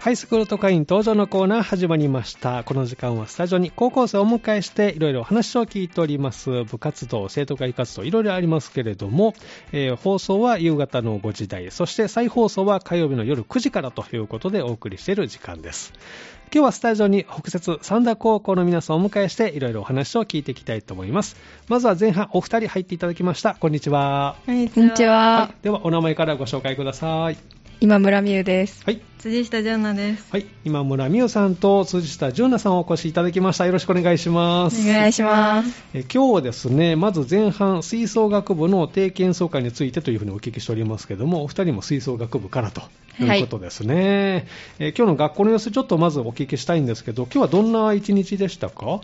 ハイスクール特派員登場のコーナー始まりました。この時間はスタジオに高校生をお迎えしていろいろお話を聞いております。部活動、生徒会活動、いろいろありますけれども、えー放送は夕方の5時台、そして再放送は火曜日の夜9時からということでお送りしている時間です。今日はスタジオに北節三田高校の皆さんをお迎えしていろいろお話を聞いていきたいと思います。まずは前半お二人入っていただきました。こんにちは。こんにこんにち。は、ではお名前からご紹介ください。今村美優です。はい。辻下ジャンナです。はい、今村美桜さんと辻下純奈さんをお越しいただきました。よろしくお願いします。お願いします。え今日はですね、まず前半、吹奏楽部の定期演奏会についてというふうにお聞きしておりますけども、お二人も吹奏楽部からということですね。え今日の学校の様子、ちょっとまずお聞きしたいんですけど、今日はどんな一日でしたか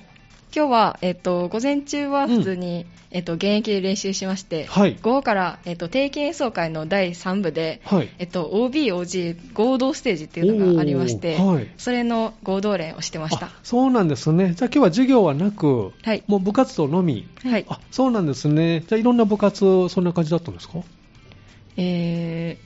今日は、えっと、午前中は普通に、えっと、現役で練習しまして、はい午後から、えっと、定期演奏会の第3部で、はい。えっと、OB、OG 合同ステージっていうのがありまして、おーはいそれの合同練をしてましたあ。そうなんですね。じゃあ今日は授業はなく、はいもう部活動のみ。はい。あ、そうなんですね。じゃあいろんな部活、そんな感じだったんですかえ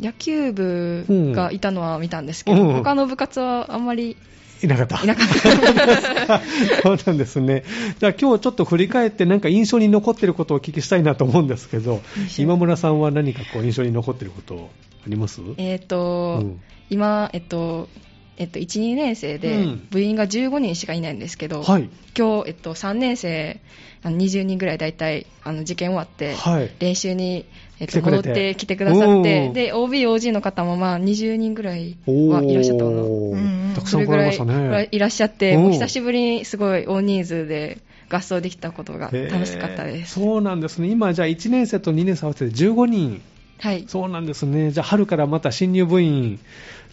ー、野球部がいたのは見たんですけうど、んうん他の部活はあんまりいなかった。いなかっ そうなんですね。じゃあ今日ちょっと振り返ってなんか印象に残っていることをお聞きしたいなと思うんですけど、印象今村さんは何かこう印象に残っていることありますた。えっと、うん今、えっと、えっと、1、2年生うでん部員が15人しかいないんですけど、はい。今日、えっと、3年生あの20人ぐらい大体あの受験終わって、はい。練習に、えっ来てと、くれ戻てってきてくださっておーで OB、OG の方もまあ20人ぐらいおはいらっしゃったのーうんうんたくさそんれ来られまぐらいしたね。いらっしゃって、うんもう久しぶりにすごい大人数で合奏できたことが楽しかったです。へーそうなんですね。今じゃあ1年生と2年生合わせて15人。はい、そうなんですね。じゃあ春からまた新入部員、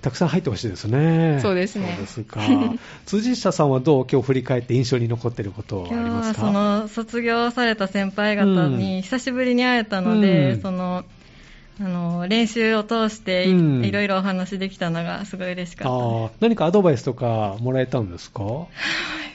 たくさん入ってほしいですね。そうですねそうですか。 辻下さんはどう今日振り返って印象に残っていることはあり今日まはすかその卒業された先輩方うんに久しぶりに会えたので、うんそのあの練習を通してい,、うんろいろお話できたのがすごい嬉しかったであー何かアドバイスとかもらえたんですか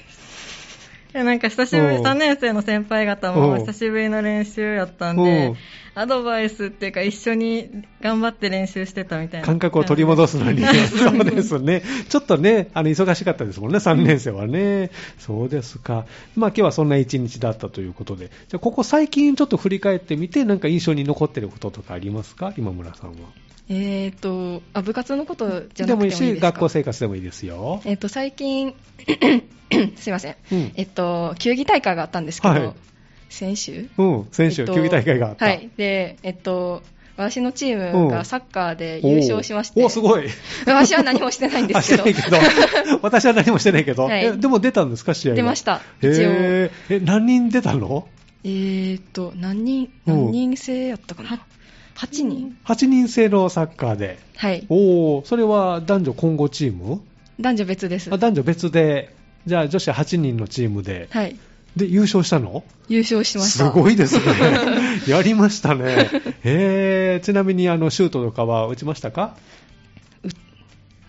すいやなんか久しぶりおう3年生の先輩方おうも久しぶりの練習やったんおうでアドバイスっていうか一緒に頑張って練習してたみたいな感覚を取り戻すすのに、 そうですね、ちょっとね、あの忙しかったですもんね、3年生はね、そうですか、まあ今日はそんな一日だったということで、じゃあ、ここ最近ちょっと振り返ってみて、なんか印象に残ってることとかありますか、今村さんは。えー、とあ部活のことじゃでなくてももいいいいですし、か学校生活でもいいですよ。えっと最近 すいません、うんえっと球技大会があったんですけど、はい先週うん、先週、えっと球技大会があった。はいでえっと私のチームうんがサッカーで優勝しまして、おーおーすごい。私は何もしてないん であすけしてどないけ ど、私は何もしてないけど、はいえでも出たんですか、試合は出ました一応へーえ、何人出たのえー、っと何人うん何人制やったかな8人 ?8 人制のサッカーで。はいおお、それは男女混合チーム男女別ですあ男女別で、じゃあ女子8人のチームで、はいで、優勝したの優勝しましすたごい ですね。やりましたね。えー、ちなみにあのシュートとかは打ちましたか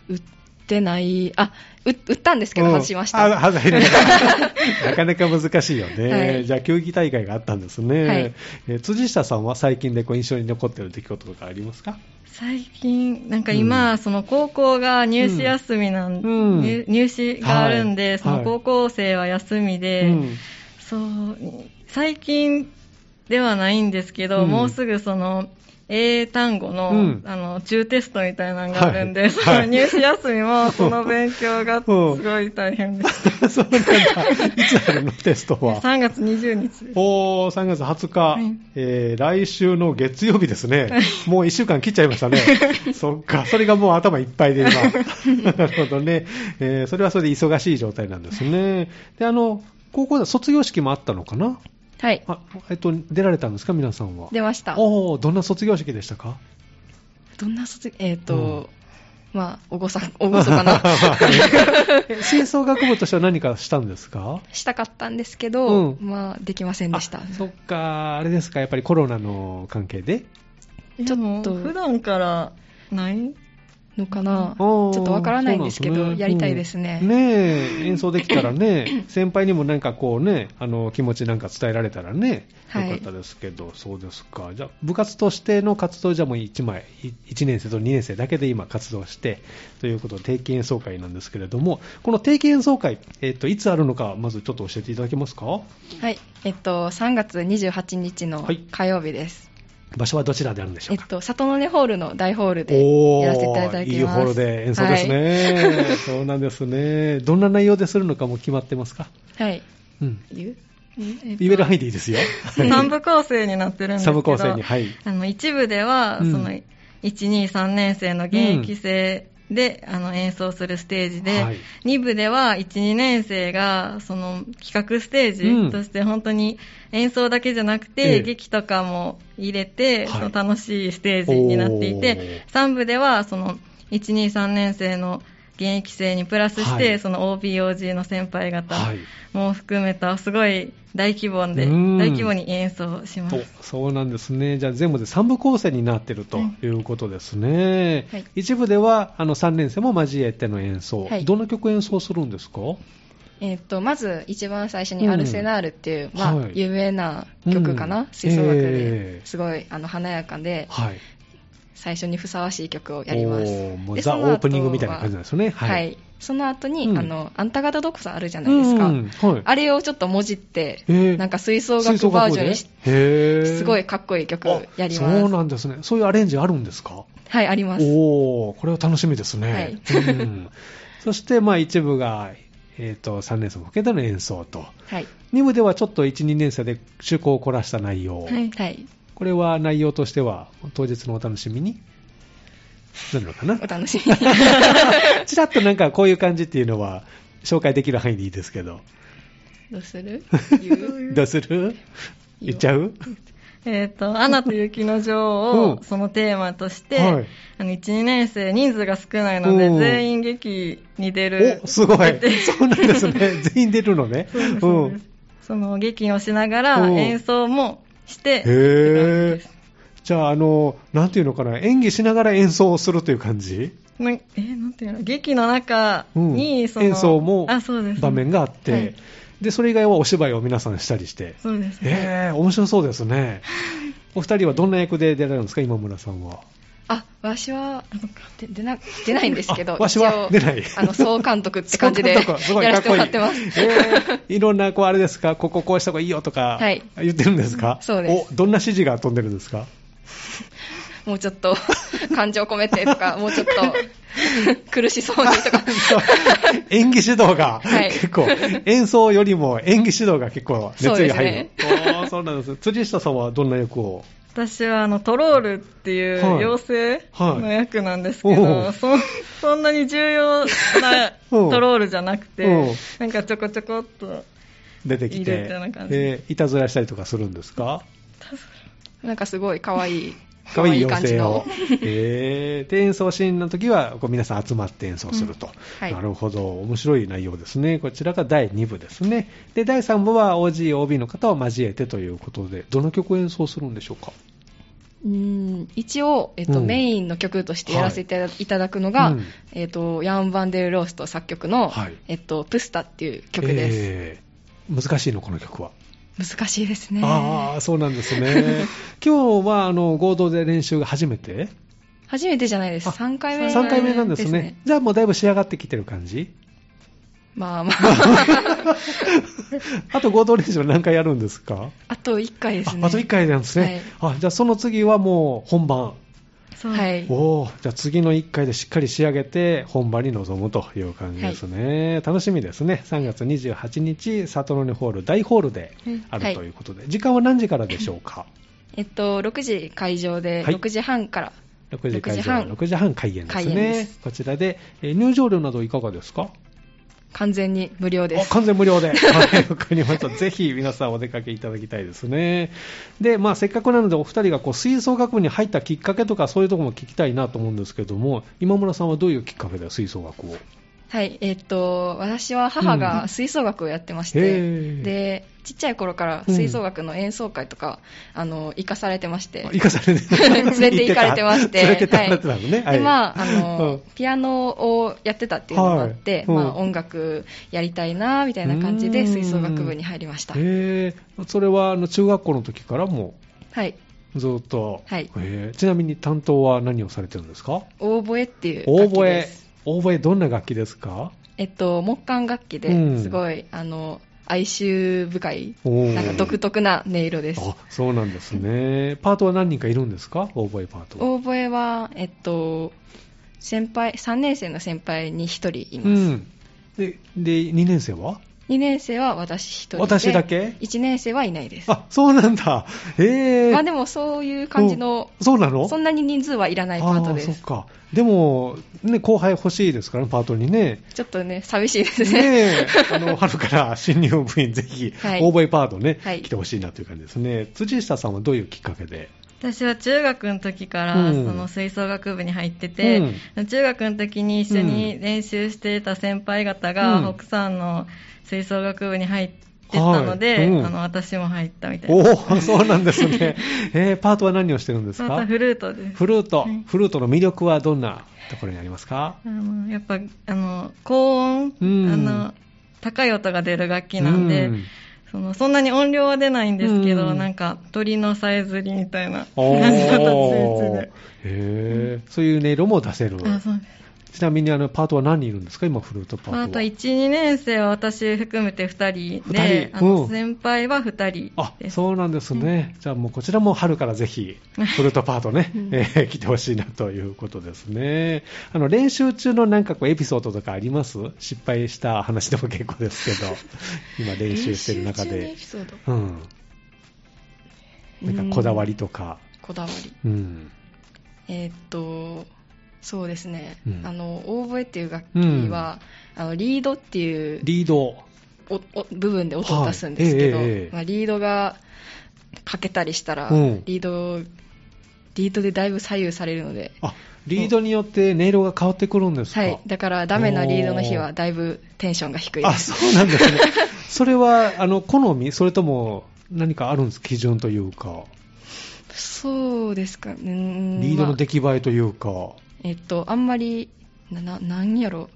打ってないあう打ったんですけど外しました、うんあ外れま した。なかなか難しいよね。はいじゃあ、球技大会があったんですね。はいえー辻下さんは最近でこう印象に残っている出来事とかありますか最近、なんか今、その高校が入試休みなん、うん入入試があるんで、はいその高校生は休みで、うんそう、最近ではないんですけど、うんもうすぐその、英単語の、うんあの、中テストみたいなのがあるんで、はいそはのい入試休みも、その勉強が すうんごい大変でし そうなんだ。いつあるのテスト た。は。 3月20日です。おー3月20日、はいえー来週の月曜日ですね、もう1週間切っちゃいま したね、そっか、それがもう頭いっぱいで今、 なるほどね、えーそれはそれで忙しい状態なんですね、であの高校では卒業式もあったのかな、はいあえっと、出られたんですか、皆さんは。出ましたおーどんな卒業式でした か どんな卒えっ、と、まあおごさおごそ かなえ吹奏楽部としては何かしたんですかしたかったんですけど、うんまあできませんでしたあそっか、あれですか、やっぱりコロナの関係でちょっとでも普段からないのかなちおょーっとわからないんですけそうどなねやりたいですねうんねえ、演奏できたら ね、先輩にもなんかこうね、あの気持ちなんか伝えられたらね、はいよかったですけど、そうですか。じゃあ、部活としての活動じゃもう1枚、1年生と2年生だけで今活動して、ということで定期演奏会なんですけれども、この定期演奏会、えっと、いつあるのか、まずちょっと教えていただけますかはいえっと3月28日のはい火曜日です、場所はどちらであるんでしょうえっか、と里の根ホールの大ホールでおやらせていただきまーすいいホールで演奏ですね、 そうなんですね。どんな内容でするのかも決まってますかはい、はいうん。言うえっと言える範囲でいいですよ。 3部構成になってるんですけサどブ構成に、はい。あの一部では、うんその1、2、3年生の現役生で、あの演奏するステージで、はい2部では1、2年生がその企画ステーうんジとして本当に演奏だけじゃなくえて、え劇とかも入れて、はいその楽しいステージになっていて、3部ではその1、2、3年生の現役生にプラスして、はいその OBOG の先輩方はい。も含めた、すごい大規模で、うん大規模に演奏します。おそうなんですね。じゃあ全部で3部構成になっているということですね。はい一部ではあの3年生も交えての演奏。はいどんな曲演奏するんですかえっとまず一番最初に「アルセナール」っていう、うんまあはい有名な曲かな、うん吹奏楽で、ええすごいあの華やかではい。最初にふさわしい曲をやりますおーもうでザ・そオの後はープニングみたいな感じなんですよね。はい、その後に、うんあのあんた方どこさあるじゃないですか、うんはい、あれをちょっともじって、えーなんか吹奏楽バージョンにし吹奏楽でへーすごいかっこいい曲やりまあそうすなんですね。そういうアレンジあるんですかはいありますおお、これは楽しみですね。はうん そして、まあ、一部が、えー、と3年生も含けての演奏と、はい2部ではちょっと1、2年生で趣向を凝らした内容、はいはいこれは内容としては当日のお楽しみになるのかな お楽しみにちらっとなんかこういう感じっていうのは紹介できる範囲でいいですけど、どうする言うどうする言っちゃうえっ、と、アナと雪の女王うんをそのテーマとして、はいあの1、2年生人数が少ないので、うん全員劇に出る。おすごい出てそうなんですね全員出るのねそうですうそうですん その劇をしながらうん演奏もして、へえ じゃああのなんていうのかな演技しながら演奏をするという感じなえーなんていうの劇の中うんに、その演奏もあそうです場面があって、はいでそれ以外はお芝居を皆さんしたりして、そうですね、えー、面白そうですねお二人はどんな役で出られるんですか今村さんはあわしはで出な出ないんですけどあわしは一応出ないあの総監督って感じでそやうかそうからせてもらってますすごいかっこいいえーいろんなこうあれですかこここうした方がいいよとかはい言ってるんですか、そうですおどんな指示が飛んでるんですかもうちょっと感情込めてと かもうちょっと苦しそうにとか演技指導が、はい結構、演奏よりも演技指導が結構熱意が入る。そう,、 そうなんです。釣下さんはどんな役を私はあのトロールっていうはい妖精の役なんですけど、はいおうそんそんなに重要なうんトロールじゃなくて、うんなんかちょこちょこっと出てきいいてですよなんか、ねでいたずらしたりとかするんですかなんかすごい可愛い可愛い妖精を可愛い感。えー、で、演奏シーンの時は、こう皆さん集まって演奏すると、はいなるほど。面白い内容ですね。こちらが第2部ですね。で、第3部は OG、OB の方を交えてということで、どの曲を演奏するんでしょうかじのうん一応、えっとうんメインの曲としてやらせていただくのが、うんえっとヤン・バンデル・ロースト作曲の、はいえっとプスタっていう曲です、えー難しいの、この曲は。難しいですねああ、そうなんですね。 今日はあの合同で練習が初めて初めてじゃないですあ3回目 ?3 回目なんですね。じゃあもうだいぶ仕上がってきてる感じまあま ああと合同練習は何回やるんですかあと1回ですねああと1回なんですね、あ。じゃあその次はもう本番。そうはいおお、じゃあ次の1回でしっかり仕上げて本番に臨むという感じですね。楽しみですね。3月28日、里の根ホール、大ホールであはるいということで、時間は何時からでしょうかえっと6時会場ではい6時半から、 6時開6時場、半6時半開演です開演でね。こちらで、えー入場料などいかがですか完全に無料であす完全無料で。はい、わかりました。 ぜひ皆さんお出かけいただきたいですね。で、まあ、せっかくなのでお二人がこう吹奏楽部に入ったきっかけとかそういうところも聞きたいなと思うんですけども、今村さんはどういうきっかけで吹奏楽をはい、えっと、私は母が吹奏楽をやってまして、へえ。で、ちっちゃい頃から吹奏楽の演奏会とか、あの、行かされてましてあ、行かされて 連れて行かれてまして 連れてってはもいらってたのね。 はいでまあ、あの、うんピアノをやってたっていうのもあって、はいうんまあ、音楽やりたいなみたいな感じでうん吹奏楽部に入りました、へえ。それは、あの、中学校の時からもはい、ずっと。はいへえちなみに担当は何をされてるんですかオーボエっていうオー楽器ボでエす。オーボエどんな楽器ですかえっと木管楽器うんですごい、あの哀愁深いおーなんか独特な音色ですあ、そうなんですね。パートは何人かいるんですかオーボエパートは。オーボエはえっと先輩3年生の先輩に1人います、うん。で、で、2年生は2年生は私1人で私だけ1年生はいないですあ、そうなんだ。へえ。まあでもそういう感じの、うんそうなのそんなに人数はいらないパートであーそすっか。でも、ね、後輩欲しいですからね、パートにね。ちょっとね寂しいですねねえ、あの、春から新入部員ぜひ、はいオーボエパートね、はい来てほしいなという感じですね。辻下さんはどういうきっかけで私は中学の時から、うんその吹奏楽部に入ってて、中学の時に一緒に練習していた先輩方が、うん北山の吹奏楽部に入ってたので、はいうんあの私も入ったみたいおな。お、そうなんです ね。えーパートは何をしてるんですまかたフルートです。フルートはい、フルートの魅力はどんなところにありますかあのやっぱあの高音、うんあの高い音が出る楽器なんで、 うんそのそんなに音量は出ないんですけど、うんなんか鳥のさえずりみたいなお感じのー立ちへーそういう音色も出せる位置。で。あそうですちなみにあのパートは何人いるんですか今フルートパートは。あと1、2年生は私含めて2人二で、人あのうん先輩は2人あです。そうなんですね、じゃあもうこちらも春からぜ ひ、フルートパートね、えー来てほしいなということですね、あの練習中のなんかこうエピソードとかあります失敗した話でも結構ですけど、今、練習してる中練習中のエでピ、ソードうん、なんかこだわりとか、こだわりうん、えーっとそうですね、うんあのオーボエっていう楽器は、あのリードっていうリード、おお部分で音を出すんですけど、はいええええまあ、リードがかけたりしたら、うんリードリードでだいぶ左右されるので、あリードによって音色が変わってくるんですか、はい、だからダメなリードの日はだいぶテンションが低いであす。そうなんです ね、それはあの好み、それとも何かあるんです、基準というか。そうですか、うーんリードのまあ出来栄えというか、えっと、あんまり、な、ななんやろ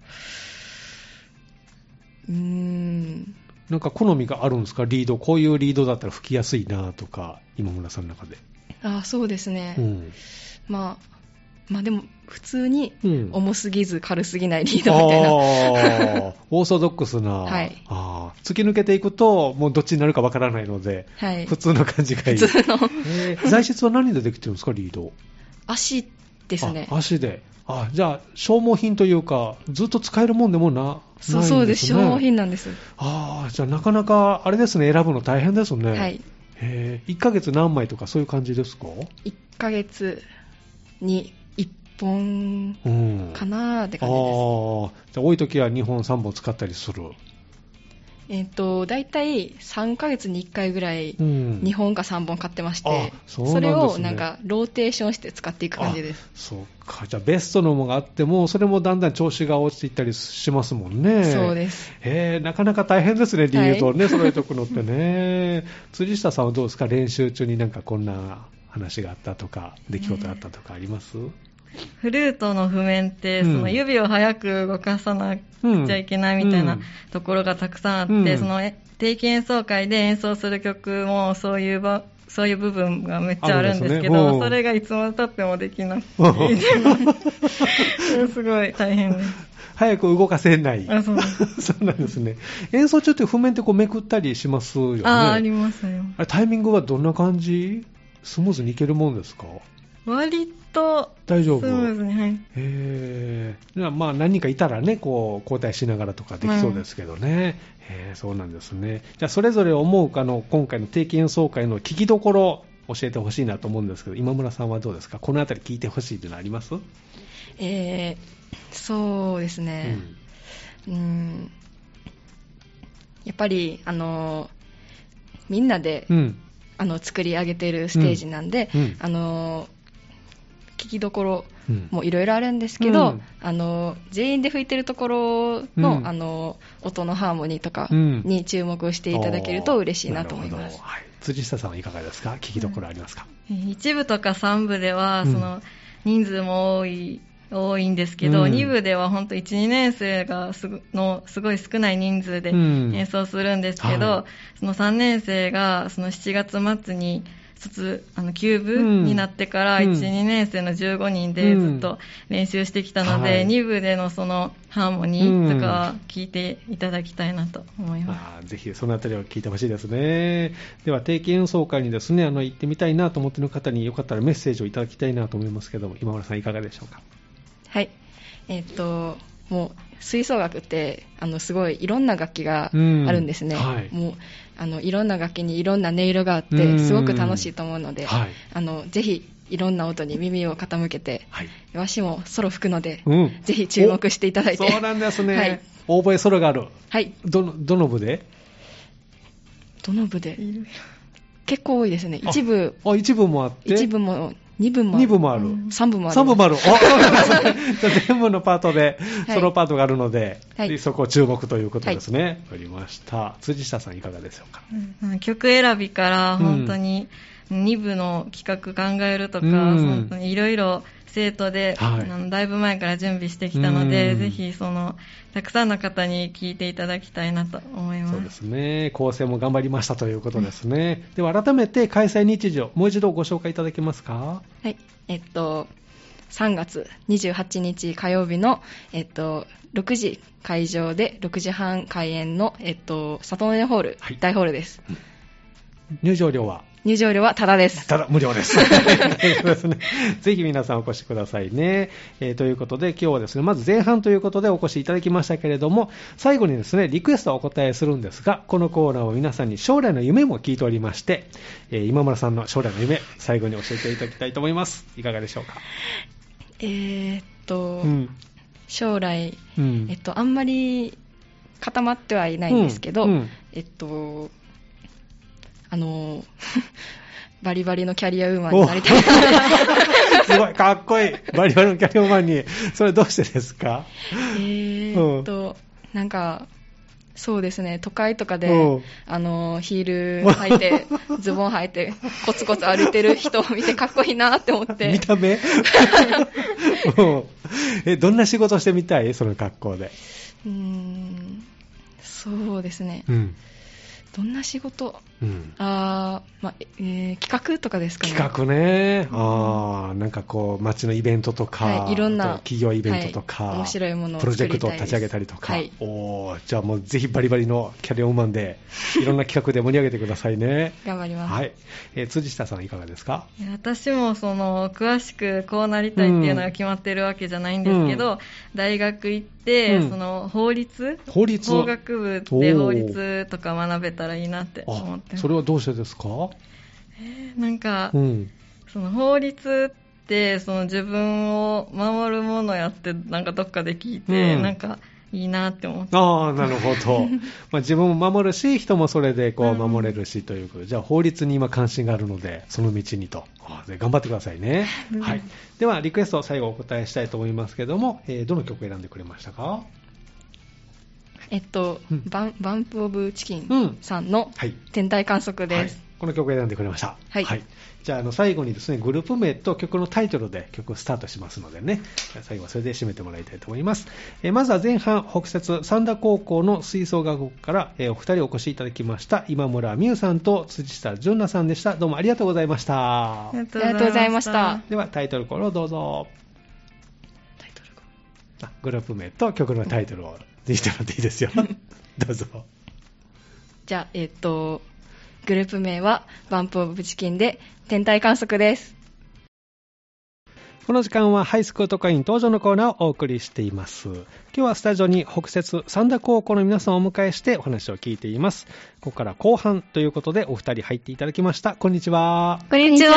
う。うーん。なんか好みがあるんですか、リード、こういうリードだったら吹きやすいなとか、今村さんの中で。あ、そうですね。うんまあ、まあでも、普通にうん重すぎず軽すぎないリードみたいな。あーオーソドックスな、はいあー突き抜けていくと、もうどっちになるかわからないので、はい。普通の感じがいい。普通のえー材質は何でできてるんですか、リード。足ですねあ。足で。あじゃあ、消耗品というか、ずっと使えるもんでもな、そなういんそうです。消耗ね。品なんです。ああ、じゃあ、なかなか、あれですね、選ぶの大変ですね。はい。へ1ヶ月何枚とかそういう感じですか1ヶ月に1本うん。かなーってああ感じでー、す。じゃあ多い時は2本3本使ったりする。えっと、大体3ヶ月に1回ぐらい、うん。 2本か3本買ってましあて、そそなうんですねれをなんかローテーションして使っていく感じです。あ。そうか。じゃあベストのものがあっても、それもだんだん調子が落ちていったりしますもんね。。そうですす。へえ、なかなか大変ですね、理由とね、揃えておくのってね。 辻下さんはどうですか練習中になんかこんな話があったとか、出来事があったとかあります、フルートの譜面って、うそんの指を早く動かさなくちゃいけないみたいうんなところがたくさんあって、うんそのえ定期演奏会で演奏する曲もそういうばそういう部分がめっちゃあるんですけあるんですねど、うんそれがいつまでたってもできなくて、うん それすごい大変です。 早く動かせない。 あ、そうです。そうなんですね。演奏中って譜面ってこうめくったりしますよね。あ、ありますよ。あれタイミングはどんな感じスムーズにいけるもんですか割と、大ス丈ム夫ーズに、はい。へーまあ何人かいたらね、こう交代しながらとかできそうですけどね、へーそうなんですね、じゃあ、それぞれ思うあの今回の定期演奏会の聞きどころ、教えてほしいなと思うんですけど、今村さんはどうですか、このあたり聞いてほしいというのあります、えー、そうですね。うん、やっぱり、あのーみんなで、うん、うん、あの作り上げているステージなんで、うんうんあのー聞きどころうんもいろいろあるんですけうど、んあの全員で吹いてるところの,、うんあの音のハーモニーとかうんに注目していただけると嬉しいなと思いなまるすほど。はい、辻下さんはいかがですか聞きどころありますか、一部とか三部では、うんその人数も多い多いんですけど、うん二部では本当1、2年生がすぐのすごい少ない人数でうん演奏するんですけど、はその3年生がその7月末に卒あの9部うんになってから1、うん2年生の15人でずっと練習してきたので、はい二2部でのそのハーモニーとかは聞いていただきたいなと思います。あーぜひそのあたりを聞いてほしいですね。では定期演奏会にですねあの行ってみたいなと思っている方によかったらメッセージをいただきたいなと思いますけども今村さんいかがでしょうか。はいえっともう吹奏楽ってあのすごいいろんな楽器があうんるんですね、はいもうあのいろんな楽器にいろんな音色があっうんてすごく楽しいと思うので、はいあのぜひいろんな音に耳を傾けてはい。わしもソロ吹くので、うん。ぜひ注目していただいてそうなんですね。はいオーボエソロがある。はいどのどの部で？どの部で結構多いですねあ一部あ一部もあって。一部も二部も二部もある。うん3部もあります三部もある。おそう なんですねじゃあ全部のパートで、はいそのパートがあるので、はいでそこ注目ということですね。わ、かりました。辻下さんいかがでしょうか。うん曲選びから本当に2部の企画考えるとか、うん本当にいろいろ生徒で、はいあのだいぶ前から準備してきたので、うんぜひそのたくさんの方に聞いていただきたいなと思います。そうですね。構成も頑張りましたということですね。では改めて開催日時をもう一度ご紹介いただけますか。はいえっと3月28日火曜日の、えっと、6時会場で6時半開演の、えっと、里の根ホール、はい大ホールです入場料は入場料はタダですただ無料です。ということですね ぜひ皆さんお越しくださいね、えーということで今日はですね、まず前半ということでお越しいただきましたけれども、最後にですね、リクエストをお答えするんですが、このコーナーは皆さんに将来の夢も聞いておりまして、えー今村さんの将来の夢、最後に教えていただきたいと思います。いかがでしょうか。えーっと、うん。将来、うんえっと、あんまり固まってはいないんですけど、うんうんえっとあの バリバリのキャリアウーマンになりたいすごい、かっこいい。バリバリのキャリアマンに、それどうしてですかえーっと、なんか、そうですね、都会とかうでん、あの、ヒール履 いて、ズボン履いて、コツコツ歩いてる人を見てかっこいいなって思って見、た 目うんえ、どんな仕事してみたいその格好で。うーん、そうですね、うん。どんな仕事うんあー、まあ、えー企画とかですかね。企画ね、ああ、なんかこう、街のイベントとか、はいいろんなあと企業イベントとか、はい面白いものをプロジェクトを作り立たいち上げたりとか、はいおーじゃあもうぜひバリバリのキャリアウーマンで、いろんな企画で盛り上げてくださいね。頑張ります。はい、えー辻下さん、いかがですか、いや私もその詳しくこうなりたいっていうのが決まってるわけじゃないんですけど、う大学行って、うんその法律法律法学部で法律とか学べたらいいなって思っあてますそれはどうしてですか、なんか、うん、その法律ってその自分を守るものやってなんかどっかで聞いて、うんなんかいいなって思ってああ、なるほ ど、まあ、自分も守るし、人もそれでこう守れるしということで、じゃあ、法律に今、関心があるので、その道にと、あーで頑張ってくださいね。はい、では、リクエスト、最後お答えしたいと思いますけども、えーどの曲を選んでくれましたか、えっと、うんバンバンプ・オブ・チキうんンさんのはい天体観測はでいす。、この曲を選んでくれました。はいじゃあ、あの最後にですね、グループ名と曲のタイトルで曲をスタートしますのでね、じゃあ最後はそれで締めてもらいたいと思います。えーまずは前半、北節三田高校の吹奏楽部から、えーお二人お越しいただきました、今村美優さんと辻下純奈さんでした。どうもありがとうございました。ありがとうございましたでは、タイトルコールをどうぞ。タイトルがあグループ名と曲のタイト ルを言ってもらっていいですよ。どうぞ。じゃあ、えっと、グループ名は、バンプ・オブ・チキンで、天体観測です。この時間はハイスクート会員登場のコーナーをお送りしています。今日はスタジオに北節三田高校の皆さんをお迎えしてお話を聞いています。ここから後半ということでお二人入っていただきました。こんにちは。こんにちでは。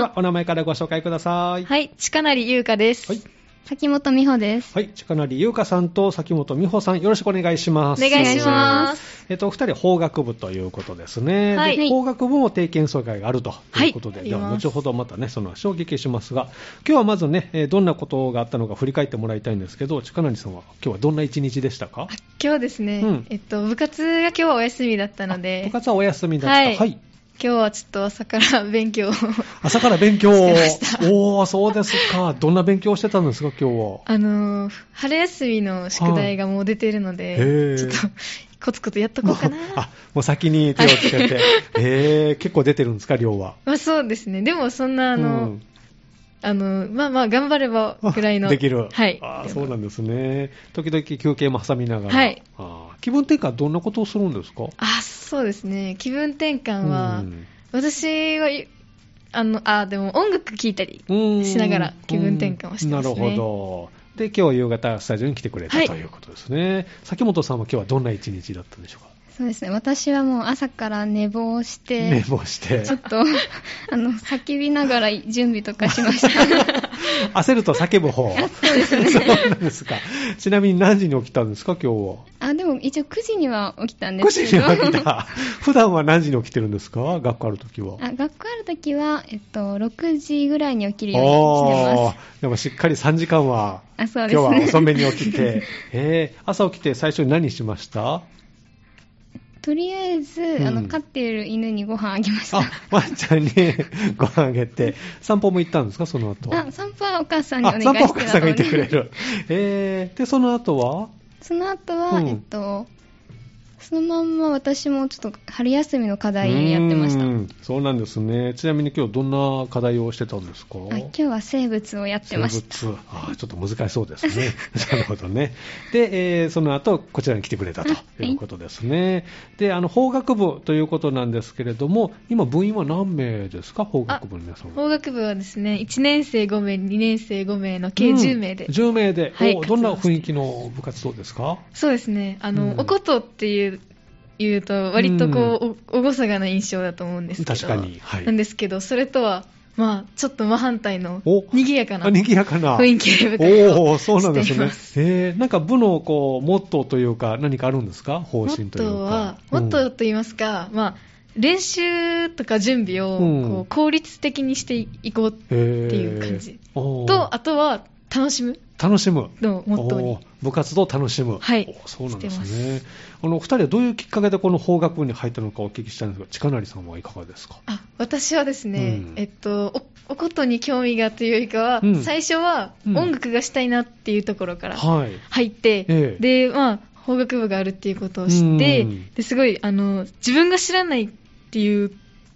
は、お名前からご紹介ください。はい、近成優香です。はい崎本美穂です。はい、近成優香さんと崎本美穂さん、よろしくお願いしまおす。。願いしますす。えっと、お二人法学部ということですね。はいで法学部も定期演奏会があるということで、はいではあります後ほどまたね、その話をお聞きしますが、今日はまずね、えーどんなことがあったのか振り返ってもらいたいんですけど、近成さんは今日はどんな一日でしたか今日ですね、うんえっと、部活が今日はお休みだったの部で、今活はお休みだった。はい日はちょっと朝から勉 強を朝から勉強をしてましたおー、そうですか。どんな勉強をしてたんですか、今日は。あのー、春休みの宿題がもう出てるのはいへーで、ちょっとコツコツやっとこうかな。 あ、もう先に手をつけて。えー、結構出てるんですか、量は。まあそうですね。でもそんな、あの、うんあの、まあまあ頑張れば ぐらいの。できる。はい。あーそうなんですね。時々休憩も挟みながら。はいあー気分転換、どんなことをするんですかあそうですね。気分転換は、うん私は、あの、あ、でも音楽聴いたり。うんしながら気分転換をしてますねうんなるほど。で、今日夕方、スタジオに来てくれた、はいということですね。崎本さんは今日はどんな一日だったんでしょうかそうですね。私はもう朝から寝坊して、寝坊してちょ。っと、 あの、叫びながら準備とかしま した。焦ると叫ぶ方。そうですね。なんですか。ちなみに何時に起きたんですか、今日は。あ、でも一応9時には起きたんで9す時けど。に起きた。普段は何時に起きてるんですか学校あるときは。あ学校あるときは、えっと、6時ぐらいに起きるようにしておまーす。でもしっかり3時間は、あ、そう今日ですね。は遅めに起きて、 えー朝起きて最初に何しましたとりあえず、あうんの、飼っている犬にご飯あげました。あ、ワンちゃんにご飯あげて、散歩も行ったんですか、その後。あ、散歩はお母さんにお願いしてあ散歩お母さんがいてくれたので。る。えー、で、その後はその後は、うんえっと、そのまんま私もちょっと春休みの課題やってました。うあんそうなんですね。ちなみに今日どんな課題をしてたんですか今日は生物をやってました。生物あーちょっと難しそうですね。 なるほどね。で、えーその後、こちらに来てくれたということですね。で、あの、法学部ということなんですけれども、今、部員は何名ですか法学部の皆さんは。法学部はですね、1年生5名、2年生5名の計10名でうん10名で。はいおどんな雰囲気の部活動ですかそうですね。あの、うんおことっていう、言うと、割とこう、お、おごそかな印象だと思うんですけど。確かにはいなんですけど、それとは、まあ、ちょっと真反対のお、賑やかなあ賑やかな。雰囲気で部活をおーそうなんですしていねます。えー、なんか部のこう、モットーというか、何かあるんですか方モ針ッというか。トーは、うモんットーと言いますか、まあ、練習とか準備を、うんこう、効率的にしていこうってへーいう感じ。おーと、あとは、楽しむ楽しむ。のをモットーにお。部活動を楽しむ、はいおそうなんですしてねあのお二人はどういうきっかけでこの法学部に入ったのかお聞きしたいんですが近成さんはいかがですかあ私はですね、うんえっとお、おことに興味がというよりかは、うん最初はうん音楽がしたいなっていうところからはい入って、えで、まあ、法学部があるっていうことを知って、うんですごい、あの、自分が知らないっていう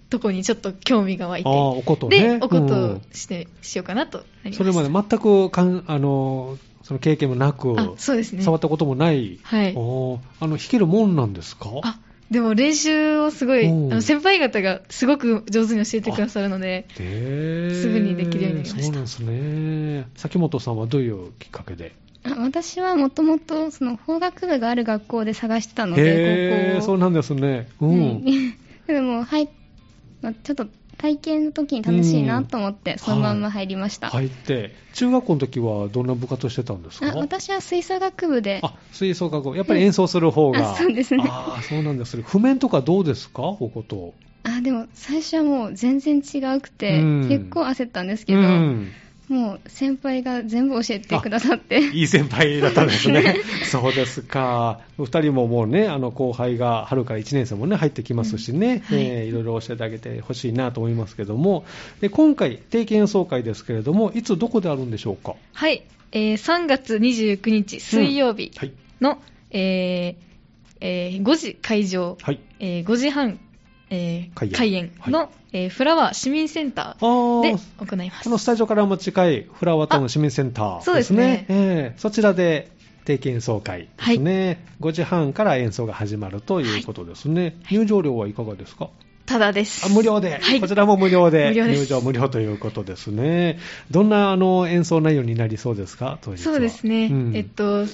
とこにちょっと興味が湧いあて、ーおことで、ねおことうをんして、しようかなとなりましそた。れまで全くかんあのその経験もなくあ、そうですね。触ったこともない、はい。おーあの弾けるもんなんですかあ、でも練習をすごい、あうんの先輩方がすごく上手に教えてくださるので、ですぐにできるようになりましたそうなんですね崎本さんはどういうきっかけであ私はもともと、その、法学部がある学校で探してたのへで、え高校そをうなんですねうはいん、 でも、はい、まあちょっと体験の時に楽しいなと思って、んそのまんま入りました。入って中学校の時はどんな部活をしてたんですかあ私は吹奏楽部で、あ吹奏楽部やっぱり演奏する方が、うんあそうですねあーそうなんですね譜面とかどうですかおことあでも最初はもう全然違うくて、うん結構焦ったんですけど、うんもう先輩が全部教えてくださって、いい先輩だったんです ねそうですかお二人ももうねあの後輩が春から1年生もね入ってきますしね、いえーいろいろ教えてあげてほしいなと思いますけどもで今回定期演奏会ですけれどもいつどこであるんでしょうかはい、えー3月29日水曜日はいの、えーえー5時会場、はいえー5時半、えー開演開演の、えーフラワー市民センタあーでー行いますこの。スタジオからも近いフラワータウン市民センタあそーうでですすねね。ええそちらで定期演奏会ですね、5時半から演奏が始まるということですね。入場料はいかがですかただです。あ無料で、はいこちらも無料で無料です入場無料ということですね。どんなあの演奏内容になりそうですか当日はそうですね、うんえっと、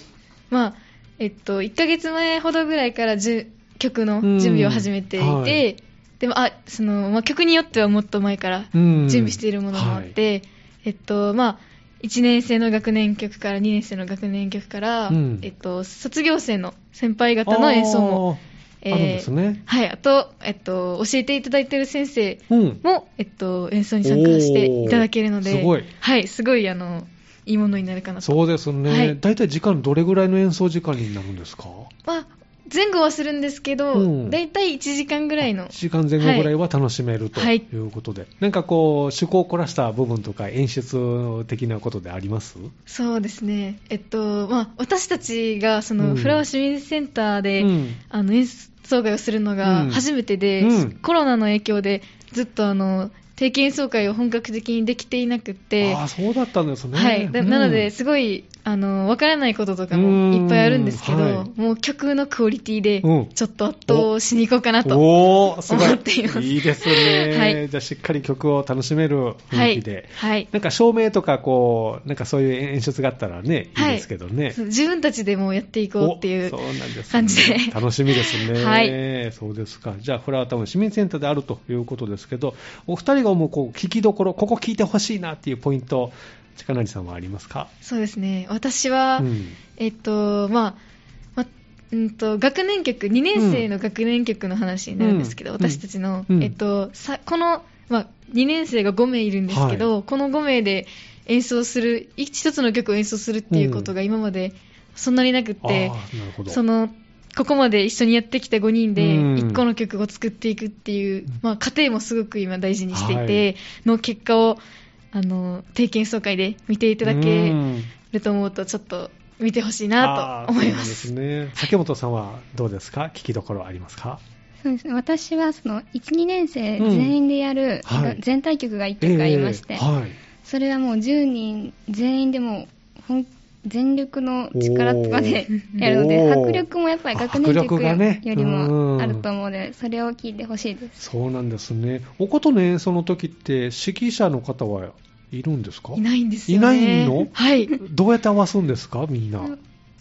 まあ、えっと、1ヶ月前ほどぐらいからじゅ曲の準備を始めていて、うんはいでも、あ、その、まあ、曲によってはもっと前からうん準備しているものもあって、えっと、まあ、 1年生の学年曲から2年生の学年曲から、うんえっと、卒業生の先輩方の演奏も、あーあるんですね。はい、あと、えっと、教えていただいてる先生うん。も、えっと、演奏に参加していただけるので、おーすごいはい、すごい、あの、いいものになるかなと。そうですね、はい大体時間どれぐらいの演奏時間になるんですかまあ、前後はするんですけど、うんだいたい1時間ぐらいの ?1、時間前後ぐらいは楽しめるとはいいうことで、なんかこう、趣向を凝らした部分とか演出的なことでありますそうですね、えっと、まあ、私たちが、その、うんフラワー市民センターで、うんあの、演奏会をするのうがん初めてで、うんコロナの影響で、ずっと、あの、定期演奏会を本格的にできていなくって、ああ、そうだったんですね。はい、でなのうで、んすごい、あの、わからないこととかもいっぱいあるんですけど、うんはいもう曲のクオリティでうん、ちょっと圧倒しに行こうかなと。おー、すごい。思っていますいですね、はいじゃあしっかり曲を楽しめるは雰囲い気で。。はい。なんか照明とかこう、なんかそういう演出があったらね、いいですけどね。そう自分たちでもうやっていこうっていおうそうなんですね感じで。楽しみですね。 はそうですか。じゃあ、フラワータウン市民センターであるということですけど、お二人が思う、こう、聞きどころ、ここ聞いてほしいなっていうポイント、近成さんはありますかそうですね。私は、うん。えっと、まあ、まうんと、学年曲、2年生の学年曲の話になるんですけど、うん私たちの、うんえっと、さこの、まあ、2年生が5名いるんですけど、この5名で演奏する、一つの曲を演奏するっていうことが今までそんなになくっああて、ー、なるほど。その、ここまで一緒にやってきた5人で、うん1個の曲を作っていくっていう、まあ、過程もすごく今大事にしていはて、の結果を、あの、定期演奏会で見ていただけうんると思うと、ちょっと見てほしいなと思いまあーす。そうなんですね。酒本さんはどうですか聞きどころありますかそうですね私はその1、2年生うん全員でやる、はい全体曲が1曲ありまして、えーはい。それはもう10人全員でもうほん全力の力とかでおーやるのでおー迫力もやっぱり学年迫力曲がよねよりもあると思うのでそれを聞いてほしいですそうなんですね。おことの演奏の時って、指揮者の方はいるんですかいないんですよね。いないのはい。どうやって合わすんですかみんな。も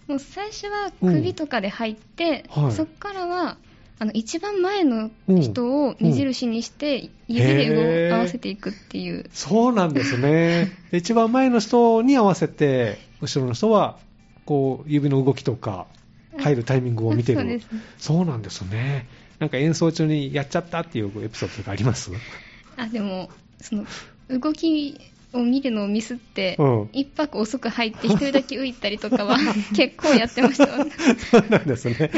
う最初は首とかで入って、うんはいそこからはあの一番前の人を目印にして指でへー動合わせていくっていうそうなんですね。で一番前の人に合わせて、後ろの人は、こう、指の動きとか、入るタイミングを見てる。そうですねそうなんですね。なんか演奏中にやっちゃったっていうエピソードがありますあでもその動きを見るのをミスって、うん一泊遅く入って一人だけ浮いたりとかは 結構やってましたそうなんですね。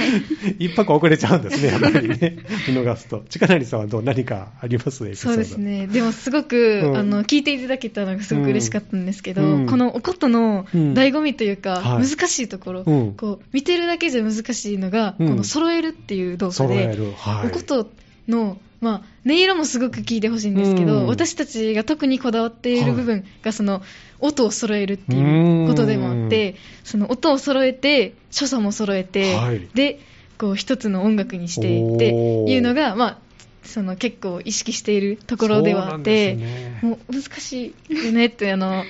一泊遅れちゃうんですね、やっぱりね。見逃すと。近成さんはどう何かありますエピソーそドうです。ね。でもすごく、うんあの、聞いていただけたのがすごく嬉しかったんですけど、うんこのおことのうん醍醐味というか、はい難しいところ、うんこう、見てるだけじゃ難しいのが、うんこの揃えるっていう動作揃えで、る。はい。おことの、まあ、音色もすごく聞いてほしいんですけど、うん私たちが特にこだわっている部分が、その、音を揃えるっうていんうことでもあって、その音を揃えて、所作も揃えて、はいで、こう、一つの音楽にしていっておーいうのが、まあ、その結構意識しているところではあって、そうなんですねもう難しいよねって、あの、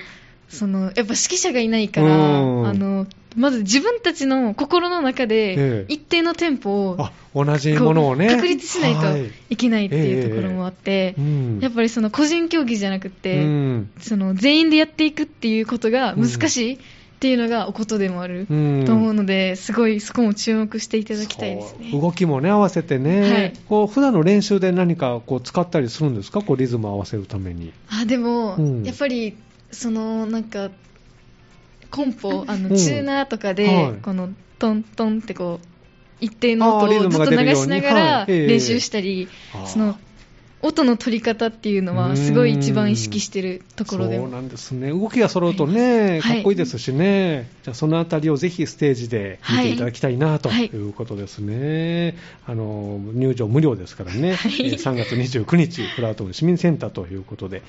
その、やっぱ指揮者がいないから、うんあの、まず自分たちの心の中でえ、え一定のテンポをあ、同じものをね。こう確立しないはといけないっていうところもあって、うんやっぱりその個人競技じゃなくて、うんその全員でやっていくっていうことが難しいっていうのがおことでもあると思うので、すごいそこも注目していただきたいですそうね。動きもね、合わせてね。はいこう、普段の練習で何かこう使ったりするんですかこう、リズムを合わせるために。あでも、うんやっぱりそのなんかコンポあうんのチューナーとかで、はいこのトントンってこう一定の音あーリズをムずっがと出るよう流にしながらはいええ練習したり、あーその音の取り方っていうのうーんはすごい一番意識してるところでそうもなんですね。動きが揃うとね、はいかっこいいですしね。じゃあそのあたりをぜひステージで見ていただきたいなとはいいうことですね。あの、入場無料ですからね。えー3月29日、フラートン市民センターということで、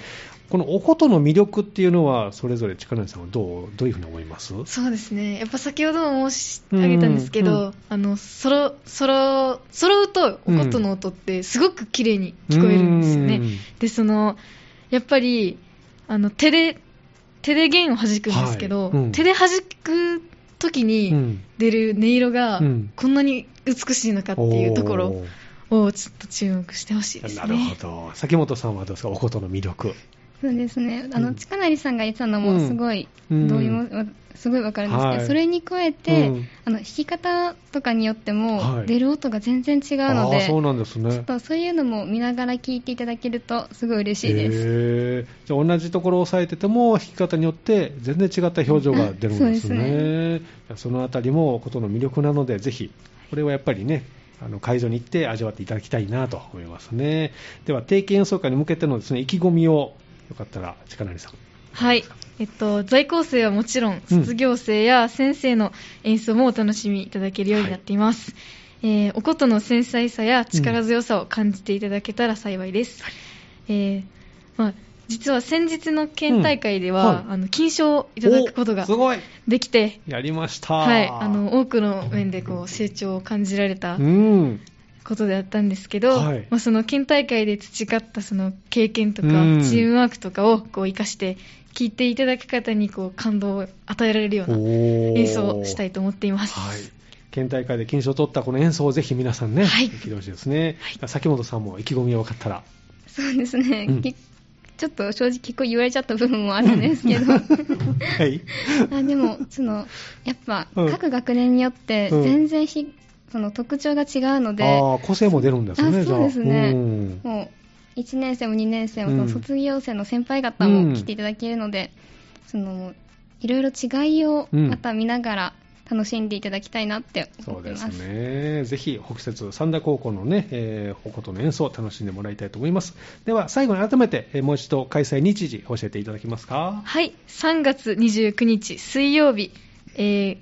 このおことの魅力っていうのは、それぞれ近内さんはどう、どういうふうに思いますそうですねやっぱ先ほども申し上げたんですけうんうど、あのそろそろ揃うとおことの音ってすごく綺麗に聞こえるんですよね、うんでそのやっぱりあの手で手で弦を弾くんですけど、はいうん手で弾く時うにん出る音色がうんこんなに美しいのかっていうところおーをちょっと注目してほしいですなね。るほど。崎本さんはどうですかおことの魅力。そうですね。あの、近成さんが言ってたのもすごい、うん同意も、すごいわかるんですけど、はいそれに加えて、うんあの、弾き方とかによってはも、い出る音が全然違うのあで、あそうなんですねちょっとそういうのも見ながら聞いていただけると、すごい嬉しいです。へえじゃあ同じところを押さえてても弾き方によって全然違った表情が出るんですうんそうねそのあたりもことの魅力なのでぜひこれはやっぱりねあの会場に行って味わっていただきたいなと思いますねでは定期演奏会に向けてのですね意気込みをよかったら近成さんはい。えっと、在校生はもちろん、うん卒業生や先生の演奏もお楽しみいただけるようになっています。えーお琴の繊細さや力強さを感じていただけたら幸いです。えーまあ、実は先日の県大会では、うんはいあの金賞をいただくことおがすごいできて、やりましたはい、あの多くの面でこう成長を感じられたうんことであったんですけど、はいまあ、その県大会で培ったその経験とか、うんチームワークとかをこう生かして聞いていただく方にこう感動を与えられるような演演奏をしたいと思っています、はい、県大会で金賞を取ったこの演奏をぜひ皆さんね、はい聞いてほしいですね、崎本さんも意気込みを分かった ら、そうですね。うんけちょっと正直結構言われちゃった部分もあるんですけど、はい、 あでもそのやっぱうん各学年によってうん全然ひ、その特徴が違うので、ああ個性も出るんですね、あじゃあそうですねうんもう1年生も2年生うも、んその卒業生の先輩方うんも来ていただけるので、そのいろいろ違いをうんまた見ながら楽しんでいただきたいなってそ思うっていでます。すね。ぜひ、北節三田高校のね、えーおことの演奏を楽しんでもらいたいと思います。では、最後に改めて、えーもう一度開催日時教えていただけますかはい、3月29日水曜日、えー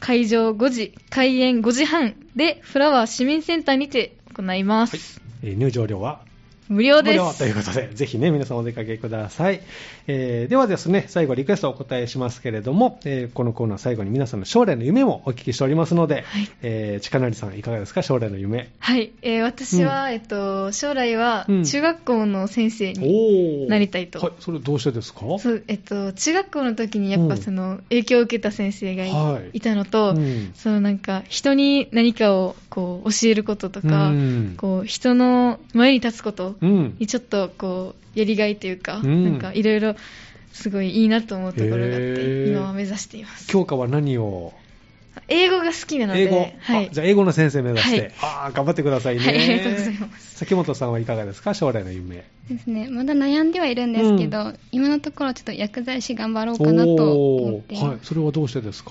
会場5時開演5時半でフラワー市民センターにて行います、えー入場料は無料で無す料ということで、ぜひね、皆さんお出かけください。えーではですね、最後リクエストをお答えしますけれども、えーこのコーナー最後に皆さんの将来の夢もお聞きしておりますので、はいえー近成さんいかがですか、将来の夢。はい、えー私は、えっと、将来はうん中学校の先生に、おーなりたいとはい、それどうしてですかそうえっと、中学校の時にやっうぱんその影響を受けた先生がい,、はいたのと、うんそのなんか人に何かをこう教えることとか、うんこう人の前に立つことうんにちょっとこうやりがいというか、うんなんかいろいろすごいいいなと思うところがあっへーて今は目指しています教科は何を英語が好きなので英語、はいあじゃあ英語の先生目指して、はいああ頑張ってくださいね、はいありがとうございます崎本さんはいかがですか将来の夢ですね、まだ悩んではいるんですけど、今のところちょっと薬剤師頑張ろうかなと思っていますおーはい、それはどうしてですか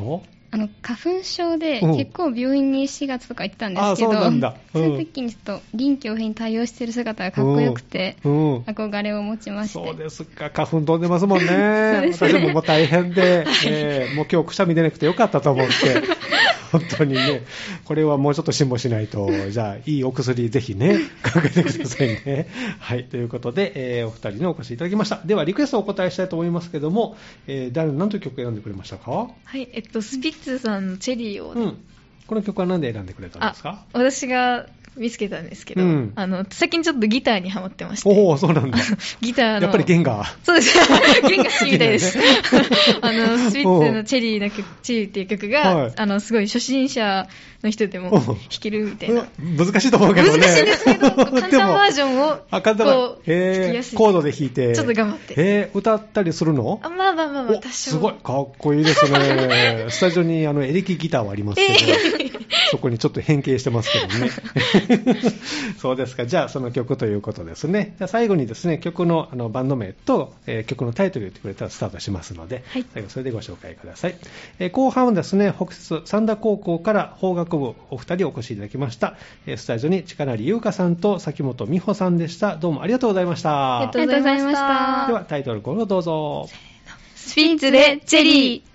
あの花粉症でうん結構病院に4月とか行ってたんですけあそど、うなんだうんその時にちょっと臨機応変に対応してる姿がかっこよくて、うんうん憧れを持ちましてそうですか、花粉飛んでますもんね、私ももう大変で、え ーもう今日くしゃみ出なくてよかったと思って、本当にね、これはもうちょっと辛抱しないと、じゃあ、いいお薬、ぜひね、考えてくださいね。はい、ということで、えーお二人にお越しいただきました。では、リクエストをお答えしたいと思いますけども、えー誰、何という曲を選んでくれましたか、はいえっと、スピッツさんの「チェリーを」うん、この曲は何で選んでくれたんですかあ私が見つけたんですけど、うんあの最近ちょっとギターにハマってましておお、そうなんだ。 ギターのやっぱり弦が。そうです。弦が好きみた いです。あの、スピッツおうのチェリーの曲、チェリーっていう曲はいが、あの、すごい初心者の人でもおう弾けるみたいな。 難しいと思うけ難どしいね。んですけど、簡 単でもバージョンを、あ、簡単なこ。う、弾きへやすーい。コードで弾いて。ちょっと頑張ってへー歌ったりするのあ、まあまあまあまあ、お多少。すごい。かっこいいですね。スタジオにあのエレキギターはありますけど、そこにちょっと変形してますけどね。 そうですか。じゃあ、その曲ということですね。じゃあ、最後にですね、曲のあのバンド名と、えー曲のタイトルを言ってくれたらスタートしますので、はい最後それでご紹介ください。えー後半はですね、北節三田高校から法学部お二人お越しいただきました。えースタジオに近成優香さんと崎本美穂さんでした。どうもありがとうございました。ありがとうございましありがとうございましたたでは、タイトルコールをどうぞ。スピッツでチェリー。